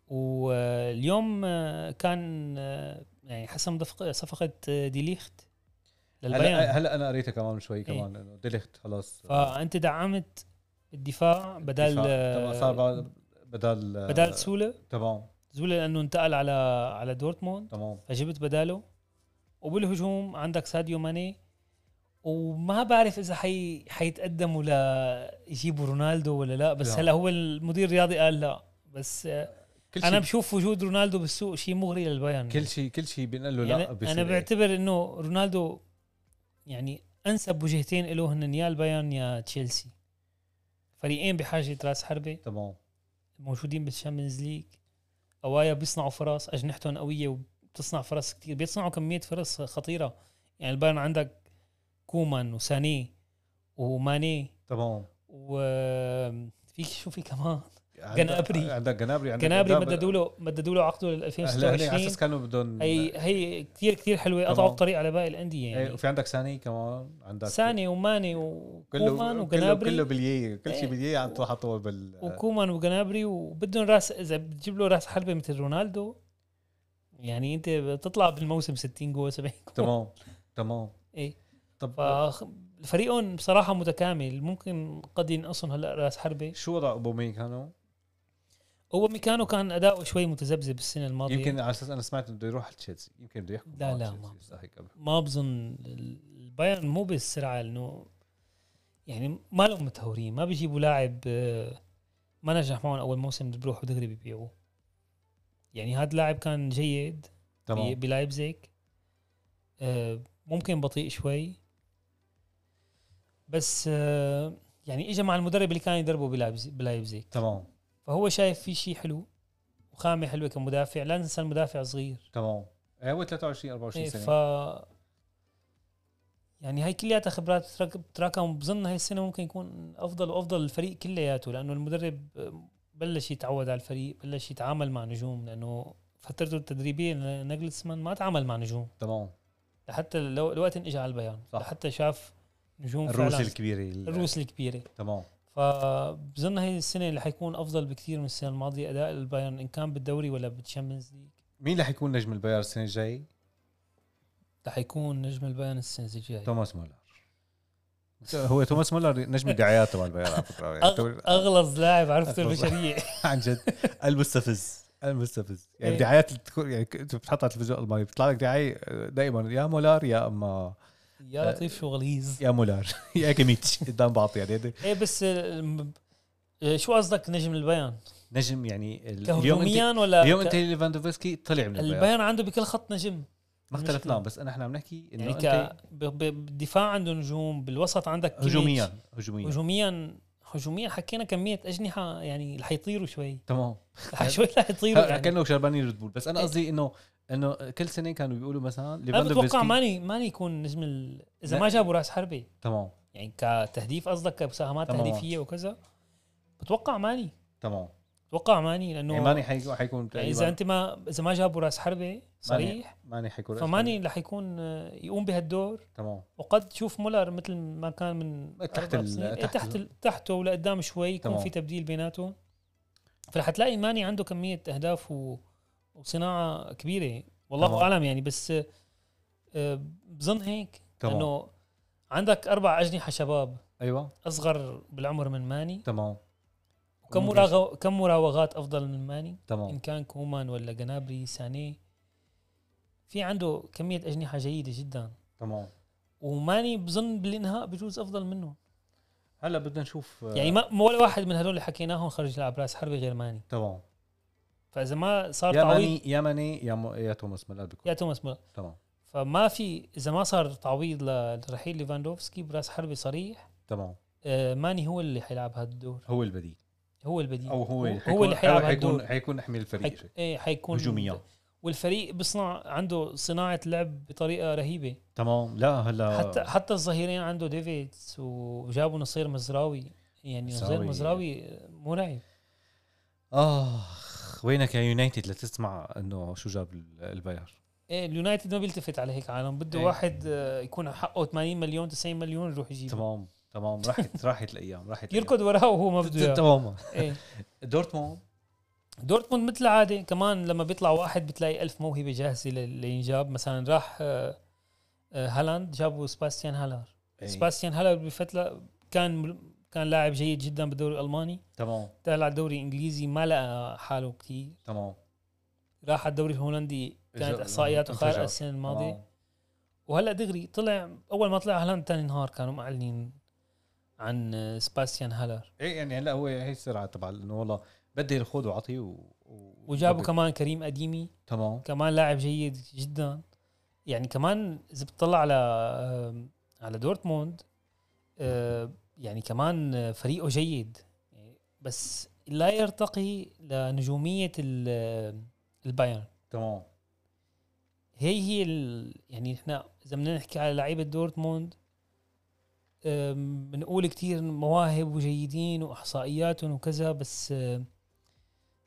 واليوم آه، كان آه، يعني حسم دفق- صفقه آه، ديليخت للبايرن
هلا هلا انا قريتها كمان شوي كمان انه ديليخت خلاص
فانت دعمت الدفاع بدل
دفاع. تمام، صار
آه،
بعد- بدل آه،
بدل سوله
تمام
زوله لانه انتقل على على دورتموند
تمام
فجبت بداله وبالهجوم عندك ساديو ماني وما بعرف اذا حي حيتقدموا ل يجيبوا رونالدو ولا لا بس
لا.
هلا هو المدير الرياضي قال لا بس آه،
كل
انا
شيء
بشوف وجود رونالدو بالسوق شيء مغري للبايرن
كل شيء كل شيء بنقول له
يعني
لا
أنا-
بصير
انا
هيك.
بعتبر انه رونالدو يعني انسب وجهتين له هن يا البايرن يا تشيلسي فريقين بحاجه راس حربه
تمام
موجودين بالشامبيونز ليج قوايا بيصنعوا فرص اجنحتهم قويه وبتصنع فرص كتير بيصنعوا كميه فرص خطيره يعني البايرن عندك كومان وساني وماني
تمام
وفيك شو في كمان
عندك-
جنابري.
عندك جنابري عندك
جنابري
قدام-
مددوا له مددوا له عقده لل
هلا هلا على
2026
اساس كانوا بدهم
هي هي كثير كثير حلوه
تمام.
قطعوا الطريق على باقي الانديه
يعني
يعني
وفي عندك ساني كمان عندك
ساني وماني وكومان وجنابري
كله باليي كل يعني شيء
إيه.
باليي عم تحطوه بال
وكومان وجنابري وبدهم راس اذا بتجيب له راس حربه مثل رونالدو يعني انت بتطلع بالموسم 60 جول 70 جول
تمام تمام
ايه
طب
ففريقهم بصراحه متكامل ممكن قد ينقصهم هلا راس حربه
شو وضع اوباميانج كانوا؟
هو ميكانو كان اداؤه شوي متذبذب السنه الماضيه
يمكن على اساس انا سمعت بده يروح على تشيلسي يمكن بده يحكوا
لا،
مع
لا،
تشيلسي،
ما-
صح هيك قبل.
ما بظن البايرن مو بالسرعه انه يعني ما لهم متهورين ما بيجيبوا لاعب آه، ما نجح معهم اول موسم بيروحوا دغري بيبيعوه يعني هذا اللاعب كان جيد طيب.
تمام
بلايبزيج آه، ممكن بطيء شوي بس آه، يعني اجى مع المدرب اللي كان يدربه بلايبز- بلايبزيج
تمام
فهو شايف في شيء حلو وخامه حلوه كمدافع لا ننسى المدافع صغير
تمام إيه، هو 23 24
إيه، ف
سنه
يعني هاي كلياتها خبرات تراك- تراكم بظن هاي السنه ممكن يكون افضل وافضل الفريق كلياته لانه المدرب آه، بلش يتعود على الفريق بلش يتعامل مع نجوم لانه فترته التدريبيه نجلسمان ما تعامل مع نجوم
تمام
لحتى لو الوقت ان اجى على البيان
صح.
لحتى شاف نجوم
الروس
فعلا
الكبيره ال-
الروس الكبيره
تمام
فبظن هي السنه اللي حيكون افضل بكثير من السنه الماضيه اداء البايرن ان كان بالدوري ولا بالتشامبيونز ليج
مين رح يكون نجم البايرن السنه الجاي؟
رح يكون نجم البايرن السنه الجايه
توماس مولر هو توماس مولر نجم الدعايات تبع البايرن على فكره يعني
أغ- اغلظ لاعب عرفته
أغلظ.
البشريه
(laughs) عن جد المستفز المستفز يعني
إيه.
الدعايات اللي تكون يعني كنت بتحطها على التلفزيون الالماني بيطلع لك دعايه دائما يا مولار يا اما
يا لطيف شو غليظ
يا مولار (laughs) يا كيميتش قدام بعض يعني هيدا
ايه بس آه، الم- آه، شو قصدك نجم البيان
نجم يعني ال- اليوم انت
كهجوميا ولا
اليوم
ك-
انت ليفاندوفسكي طلع من البيان
البيان عنده بكل خط نجم
ما اختلفنا بس انا احنا عم نحكي انه
يعني ك
انت
ب- ب- بالدفاع عنده نجوم بالوسط عندك كيميتش.
هجوميا هجوميا
هجوميا هجوميا حكينا كميه اجنحه يعني رح يطيروا
(laughs)
شوي
تمام
رح شوي رح يطيروا
هلا
يعني
كانه شربانين ريد بول بس انا
إيه.
قصدي انه انه كل سنه كانوا بيقولوا مثلا
انا بتوقع
ليفاندوفسكي
ماني ماني يكون نجم ال... اذا
لا.
ما جابوا راس حربه
تمام
يعني كتهديف قصدك كمساهمات
تمام.
تهديفيه وكذا بتوقع ماني
تمام
بتوقع ماني لانه
يعني ماني حيكون حيكون
يعني اذا
تقريبا
انت ما اذا ما جابوا راس حربه صريح
ماني حيكون
فماني رح يكون آه، يقوم بهالدور
تمام
وقد تشوف مولر مثل ما كان من
تحت
أربع
ال-
سنين. إيه،
تحت
تحت
ال-
ال- تحته ولقدام شوي يكون
تمام.
في تبديل بيناتهم فرح تلاقي ماني عنده كميه اهداف و... وصناعه كبيره والله
تمام.
اعلم يعني بس آه، بظن هيك
تمام.
لانه عندك اربع اجنحه شباب
ايوه
اصغر بالعمر من ماني
تمام
أيوة. كم
وممكن-
مراغ... كم مراوغات افضل من ماني ان
تمام
كان كومان ولا جنابري سانيه في عنده كميه اجنحه جيده جدا
تمام
وماني بظن بالانهاء بجوز افضل منه
هلا بدنا نشوف آه،
يعني ما ما ولا واحد من هدول اللي حكيناهم خرج يلعب راس حربه غير ماني
تمام
فاذا ما صار
يا
تعويض
ماني يا ماني يا, م... يا توماس من القلب
يا
يكون
توماس مولر
تمام
فما في اذا ما صار تعويض لرحيل ليفاندوفسكي براس حربة صريح
تمام
آه، ماني هو اللي حيلعب هذا الدور
هو البديل
هو البديل
او هو
هو اللي حيلعب
حيكون
هالدور
حيكون يحمل الفريق
حيك-
شيء
ايه حيكون
هجوميا
والفريق بصنع عنده صناعه لعب بطريقه رهيبه
تمام لا هلا
حتى حتى الظهيرين عنده ديفيدز وجابوا نصير مزراوي يعني نصير
مزراوي.
مزراوي مرعب
اخ وينك يا يونايتد لتسمع انه شو جاب ال- الباير
ايه اليونايتد ما بيلتفت على هيك عالم بده
إيه.
واحد آه، يكون حقه 80 مليون 90 مليون يروح يجيبه
تمام تمام راحت (laughs) راحت الايام راحت
يركض وراه وهو ما بده
الأيام.
إياه.
تمام
إيه.
دورتموند
دورتموند مثل العاده كمان لما بيطلع واحد بتلاقي ألف موهبه جاهزه لل- لينجاب مثلا راح آه، آه، هالاند جابوا سباستيان هالر
إيه.
سباستيان هالر بفتره كان كان لاعب جيد جدا بالدوري الالماني
تمام
طلع على الدوري الانجليزي ما لقى حاله كثير
تمام
راح على الدوري الهولندي كانت
انفجر.
احصائياته خارقه
انفجر.
السنه الماضيه وهلا دغري طلع اول ما طلع هالاند ثاني نهار كانوا معلنين عن آه، سباستيان هالر
ايه يعني هلا هو هي السرعه تبع انه والله بدي الخوض وعطيه و... و...
وجابوا
وبدي.
كمان كريم اديمي
تمام
كمان لاعب جيد جدا يعني كمان اذا بتطلع على آه، على دورتموند آه، يعني كمان آه، فريقه جيد يعني بس لا يرتقي لنجوميه ال- آه، البايرن
تمام
هي هي ال... يعني احنا اذا بدنا نحكي على لعيبه دورتموند أم، بنقول كتير مواهب وجيدين واحصائياتهم وكذا بس أم،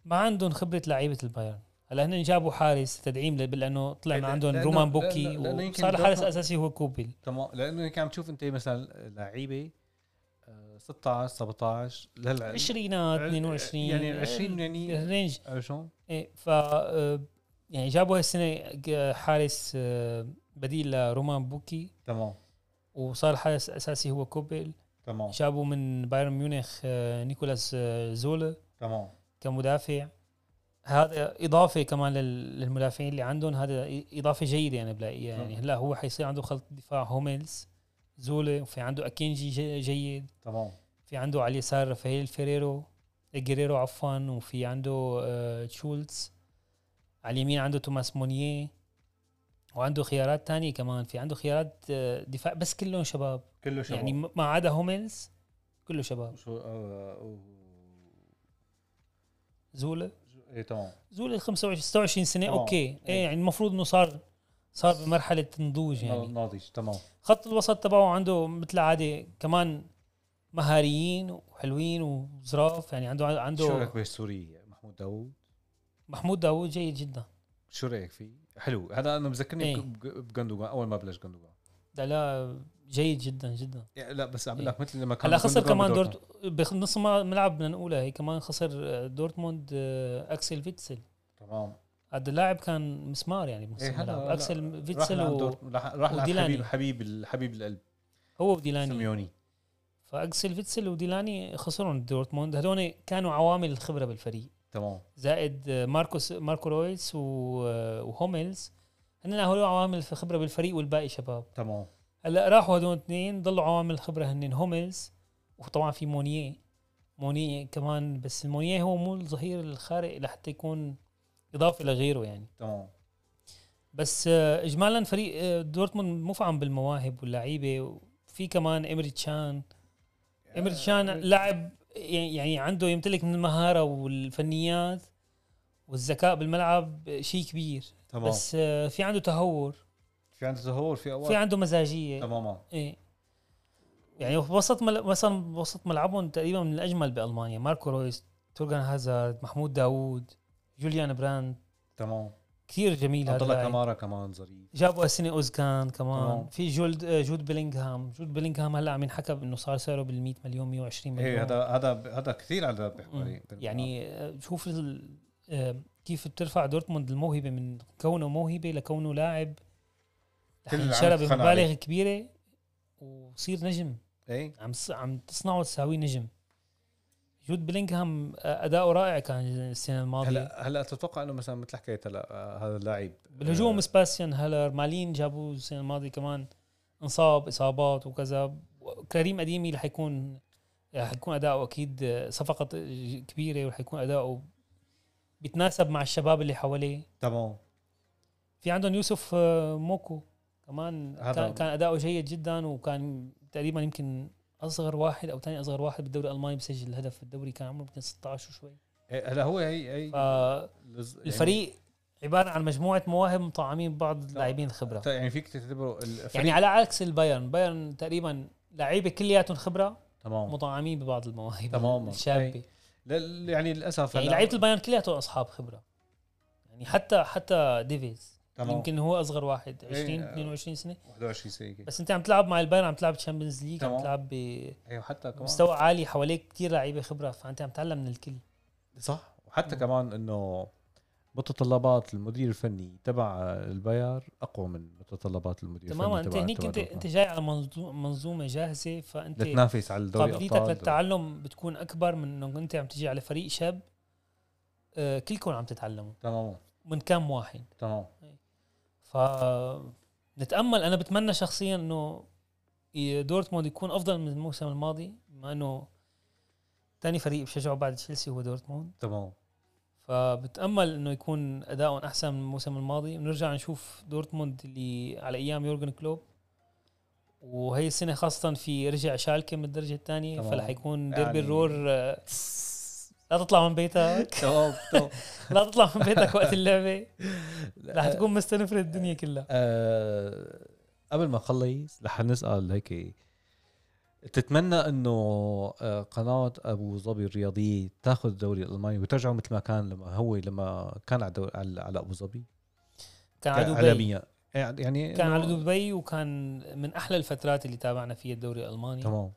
ما عندهم خبره لعيبه البايرن هلا هن جابوا حارس تدعيم ل- لانه طلع من
لأن-
عندهم
إيه، لأنه-
رومان
لأنه-
بوكي
لأنه يمكن
وصار الحارس
دورتموند-
الاساسي هو كوبيل
تمام لانه هيك عم تشوف انت مثلا لعيبه آه، 16 17 لهلا
عشرينات 22
يعني 20 يعني
رينج
عرفت شلون؟
ايه ف أه، يعني جابوا هالسنه ج- حارس أه، بديل لرومان بوكي
تمام
وصار الحارس الاساسي هو كوبيل
تمام
جابوا من بايرن ميونخ آه، نيكولاس آه، زولا
تمام
كمدافع هذا اضافه كمان لل- للمدافعين اللي عندهم هذا إ- اضافه جيده انا بلاقيها يعني
نعم.
هلا هو حيصير عنده خلط دفاع هوميلز زولا وفي عنده اكينجي جي- جيد
تمام
في عنده على اليسار رافائيل فيريرو جيريرو عفوا وفي عنده آه، تشولتز على اليمين عنده توماس مونيه وعنده خيارات تانية كمان في عنده خيارات آه، دفاع بس كلهم شباب
كله
شباب
شباب
يعني ما عدا هوميلز كله شباب
شو آه، و-
زولا
ايه تمام
زولا 25 26 سنه
طبعاً.
اوكي ايه
إيه.
يعني المفروض انه صار صار بمرحله نضوج
يعني.
يعني
ناضج تمام
خط الوسط تبعه عنده مثل العاده كمان مهاريين وحلوين وظراف يعني عنده
شو
عنده
رايك بالسوري محمود داوود؟
محمود داوود جيد جدا
شو رايك فيه؟ حلو هذا انا مذكرني
إيه.
إيه؟ بجندوجان اول ما بلش جندوجان
لا لا جيد جدا جدا
يعني لا بس عم بقول لك مثل لما كان
هلا خسر
جندوجان
إيه. كمان
بدورتموند.
دورت بنص ملعب بدنا نقولها هي كمان خسر آه، دورتموند آه، اكسل فيتسل
تمام
هذا اللاعب كان مسمار يعني بنص
إيه، هلا-
الملعب
هلا
اكسل
إيه، راح
فيتسل
لعند
و-
دورتموند، راح راح لعند
وديلاني.
حبيب حبيب ال- حبيب القلب
هو وديلاني
سيميوني
فاكسل فيتسل وديلاني خسرهم دورتموند هذول كانوا عوامل الخبره بالفريق
تمام
زائد ماركوس ماركو رويس و- وهوميلز هن هول عوامل في خبره بالفريق والباقي شباب
تمام
هلا راحوا هدول اثنين ضلوا عوامل الخبره هن هوميلز وطبعا في مونيه مونيه كمان بس مونيه هو مو الظهير الخارق لحتى يكون اضافه لغيره يعني
تمام
بس آه، اجمالا فريق آه، دورتموند مفعم بالمواهب واللعيبه في كمان امري تشان امير شان لاعب يعني عنده يمتلك من المهاره والفنيات والذكاء بالملعب شيء كبير
تمام بس
بس آه، في عنده تهور
في عنده ظهور في
في
اول
عنده مزاجيه
تماما
ايه يعني وسط مل... مثلا وسط ملعبهم تقريبا من الاجمل بالمانيا ماركو رويس تورغان هازارد محمود داوود جوليان براند
تمام
كثير جميل هذا
عبد
اللاعب.
كمارا كمان ظريف
جابوا هالسنه اوزكان كمان
تمام.
في جولد آه، جود بيلينغهام جود بيلينغهام هلا عم ينحكى انه صار سعره بال 100 مليون 120 مليون
ايه هذا هذا هذا كثير على
مم.
بحكي
يعني آه، شوف ال- آه، كيف بترفع دورتموند الموهبه من كونه موهبه لكونه لاعب رح
كل اللي
ينشرى
عم يتخانق
بمبالغ
عليه.
كبيره وصير نجم
ايه
عم تص- عم تصنعه تساوي نجم جود بلينغهام آه، اداؤه رائع كان السنه الماضيه
هلا هلا تتوقع انه مثلا مثل حكيت هلا آه، هذا اللاعب
بالهجوم
آه،
سباسيان هالر مالين جابوه السنه الماضيه كمان انصاب اصابات وكذا كريم اديمي رح آه، يكون رح يكون اداؤه اكيد صفقه كبيره ورح يكون اداؤه بيتناسب مع الشباب اللي حواليه
تمام
في عندهم يوسف آه، موكو كمان
هذا-
كان- كان اداؤه جيد جدا وكان تقريبا يمكن اصغر واحد او ثاني اصغر واحد بالدوري الالماني بسجل الهدف بالدوري كان عمره يمكن 16 وشوي
إيه، هلا هو هي هي
فالفريق
لز- يعني
عباره عن مجموعه مواهب مطعمين بعض اللاعبين
يعني,
الخبره
طيب يعني فيك تعتبره الفريق
يعني على عكس البايرن بايرن تقريبا لعيبه كلياتهم خبره
تمام
مطعمين ببعض المواهب (laughs)
تماما.
الشابه
لل- يعني للاسف
يعني
هلا-
لعيبه البايرن كلياتهم اصحاب خبره يعني حتى حتى ديفيز
تمام.
يمكن هو اصغر واحد
إيه،
20
آه.
22 سنه
21 سنه
بس انت عم تلعب مع البايرن عم تلعب تشامبيونز ليج عم
تمام.
تلعب بمستوى
ايوه حتى كمان
عالي حواليك كثير لعيبه خبره فانت عم تتعلم من الكل
صح وحتى
مم.
كمان انه متطلبات المدير الفني تبع الباير اقوى من متطلبات المدير
تماما
الفني
انت
تبع-
هنيك
تبع
انت
دورتموند.
انت جاي على منظو- منظومه جاهزه فانت
لتنافس على الدوري
قابليتك
أبطال.
للتعلم بتكون اكبر من انه انت عم تجي على فريق شاب آه، كلكم عم تتعلموا
تمام
من كم واحد
تمام
ف نتامل انا بتمنى شخصيا انه ي- دورتموند يكون افضل من الموسم الماضي بما انه ثاني فريق بشجعه بعد تشيلسي هو دورتموند
تمام
فبتامل انه يكون ادائهم احسن من الموسم الماضي ونرجع نشوف دورتموند اللي على ايام يورجن كلوب وهي السنه خاصه في رجع شالكه من الدرجه الثانيه
تمام.
فلح يكون
يعني-
ديربي الرور آه، لا تطلع من بيتك
تمام تمام
لا تطلع من بيتك وقت اللعبه رح تكون مستنفر الدنيا كلها
آه، قبل ما نخلص رح نسال هيك تتمنى انه آه، قناه ابو ظبي الرياضيه تاخذ الدوري الالماني وترجعه مثل ما كان لما هو لما كان على الدور- على على ابو ظبي
كان على دبي
عالميا يعني
كان
إنه-
على دبي وكان من احلى الفترات اللي تابعنا فيها الدوري الالماني
تمام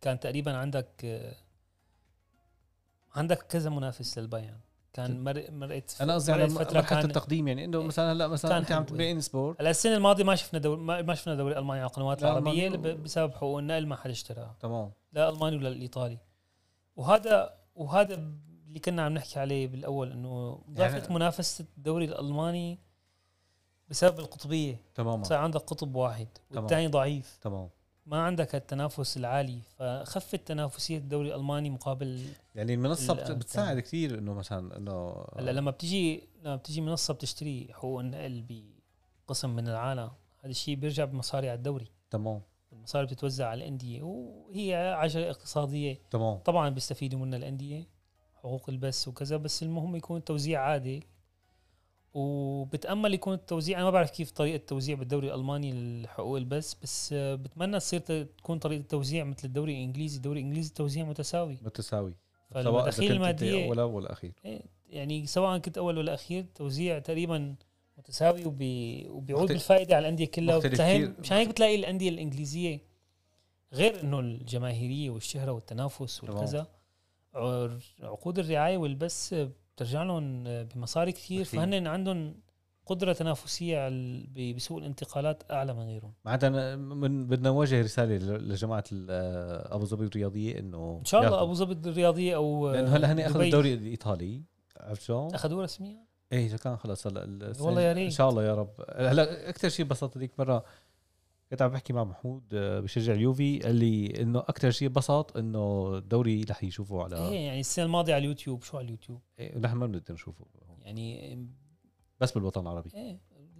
كان تقريبا عندك آه، عندك كذا منافس للبايرن كان مر- مرقت
انا قصدي على
مرقت
فترة مرحله
كان
التقديم يعني انه
إيه.
مثلا هلا مثلا
كان
انت عم
حلو،
تبيع ان سبورت
هلا السنه الماضيه ما شفنا دور ما ما شفنا دوري المانيا على القنوات
لا،
العربيه
ما-
لب- بسبب حقوق النقل ما حدا اشتراها
تمام
لا الماني ولا الايطالي وهذا وهذا اللي كنا عم نحكي عليه بالاول انه ضعفت
يعني-
منافسه الدوري الالماني بسبب القطبيه
تماما
صار عندك قطب واحد
تمام.
والثاني ضعيف
تمام
ما عندك التنافس العالي فخفت تنافسيه الدوري الالماني مقابل
يعني المنصه بت-
ال-
بتساعد كثير انه مثلا انه
هلا لما بتيجي لما بتيجي منصه بتشتري حقوق النقل بقسم من العالم هذا الشيء بيرجع بمصاري على الدوري
تمام
المصاري بتتوزع على الانديه وهي عجله اقتصاديه
تمام
طبعا بيستفيدوا منها الانديه حقوق البث وكذا بس المهم يكون التوزيع عادي وبتامل يكون التوزيع انا ما بعرف كيف طريقه التوزيع بالدوري الالماني لحقوق البث بس آه، بتمنى تصير ت- تكون طريقه التوزيع مثل الدوري الانجليزي الدوري الانجليزي التوزيع متساوي
متساوي سواء إذا
فالمداخيل
كنت أنت
الماديه
اولى ولا اخير
يعني سواء كنت اول ولا اخير توزيع تقريبا متساوي وبي... وبيعود
مختلف-
بالفائده على الانديه كلها
مختلف
وبتساهم
كتير.
مشان هيك بتلاقي الانديه الانجليزيه غير انه الجماهيريه والشهره والتنافس
تمام.
والكذا عر- عقود الرعايه والبث بترجع لهم بمصاري كثير
أكيد.
فهن عندهم قدره تنافسيه على ال- ب- بسوق الانتقالات اعلى من غيرهم
معناتها أنا من بدنا نوجه رساله ل- لجماعه ال- آه، ابو ظبي الرياضيه انه
ان شاء الله
ياخدوا.
ابو ظبي الرياضيه او
لانه هلا هن اخذوا
دبي
الدوري الايطالي عرفت شلون؟
اخذوه رسميا
ايه اذا كان خلص هلا السنة-
والله يا ريت.
ان شاء الله يا رب هلا اكثر شيء بسط هذيك مره كنت عم بحكي مع محمود آه، بشجع اليوفي قال لي انه اكثر شيء بسط انه الدوري رح يشوفه على
ايه يعني السنه الماضيه على اليوتيوب شو على اليوتيوب
إيه، نحن ما بنقدر نشوفه هون.
يعني
بس بالوطن العربي
ايه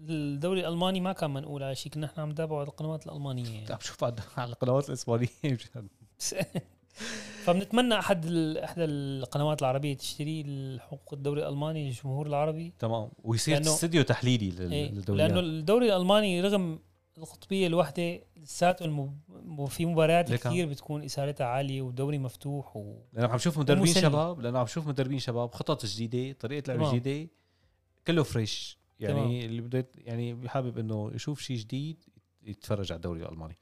الدوري الالماني ما كان منقول على شيء كنا احنا عم نتابعه على القنوات الالمانيه
عم
يعني.
بشوف على على القنوات الاسبانيه مشان
(laughs) فبنتمنى احد ال... احدى القنوات العربيه تشتري حقوق الدوري الالماني للجمهور العربي
(laughs) تمام ويصير
لأنه-
استديو تحليلي لل-
إيه.
للدوريات
لانه الدوري الالماني رغم القطبيه الوحده لساته المب... في مباريات
لك عم.
كثير بتكون اثارتها عاليه ودوري مفتوح و...
لانه عم شوف مدربين
ومسلي.
شباب لانه عم شوف مدربين شباب خطط جديده طريقه لعب
تمام.
جديده كله فريش يعني
تمام.
اللي بده يت- يعني حابب انه يشوف شيء جديد يتفرج على الدوري الالماني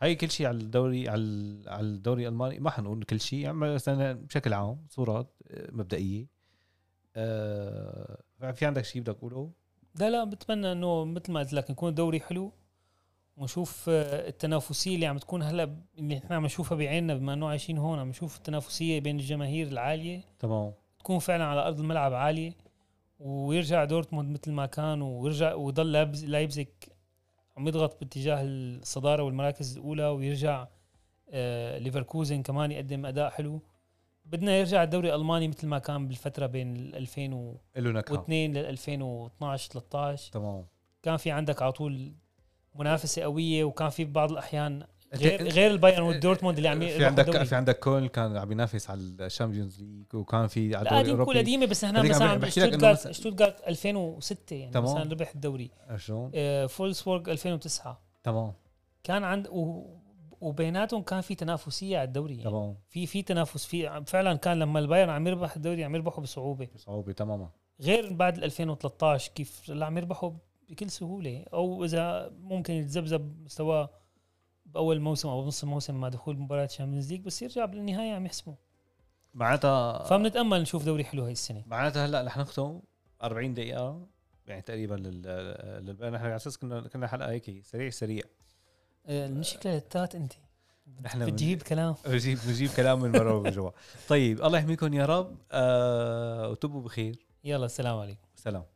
هاي كل شيء على الدوري على ال- على الدوري الالماني ما حنقول كل شيء يعني مثلا بشكل عام صورات آه، مبدئيه آه في عندك شيء بدك تقوله
لا لا بتمنى انه مثل ما قلت لك يكون الدوري حلو ونشوف آه، التنافسيه اللي عم تكون هلا ب- اللي احنا عم نشوفها بعيننا بما انه عايشين هون عم نشوف التنافسيه بين الجماهير العاليه
تمام
تكون فعلا على ارض الملعب عاليه ويرجع دورتموند مثل ما كان ويرجع ويضل لايبز- لايبزيج عم يضغط باتجاه الصداره والمراكز الاولى ويرجع آه ليفركوزن كمان يقدم اداء حلو بدنا يرجع الدوري الالماني مثل ما كان بالفتره بين ال 2002
له نكهه
لل 2012 13
تمام
كان في عندك على طول منافسه قويه وكان في بعض الاحيان غير يعني
أنت-
غير البايرن والدورتموند اللي عم يروحوا
في عندك
الدوري.
في عندك كولن كان عم ينافس على الشامبيونز ليج وكان في على الدوري
لا قديم كل
الاوروبي
قديمه بس نحن
هذيك عم
مثلا عم
بحكي لك إنه
شتوتغارت
مثلاً-
شتوتغارت 2006 يعني
تمام.
مثلا ربح الدوري
عرفت شلون؟
آه، فولسبورغ 2009
تمام
كان عند و- وبيناتهم كان في تنافسيه على الدوري يعني
تمام
في في تنافس في فعلا كان لما البايرن عم يربح الدوري عم يربحوا بصعوبه
صعوبه تماما
غير بعد ال 2013 كيف اللي عم يربحوا بكل سهوله او اذا ممكن يتذبذب مستواه باول موسم او بنص الموسم مع دخول مباراه الشامبيونز ليج بس يرجع بالنهايه عم يحسمه
معناتها
فبنتامل نشوف دوري حلو هاي السنه
معناتها هلا رح نختم 40 دقيقة يعني تقريبا لل لل- نحن على اساس كنا كنا حلقة هيك سريع سريع
آه، المشكله التات انت
نحن
بتجيب كلام
بنجيب بنجيب كلام من برا ومن جوا طيب الله يحميكم يا رب آه وتبوا بخير
يلا السلام عليكم
سلام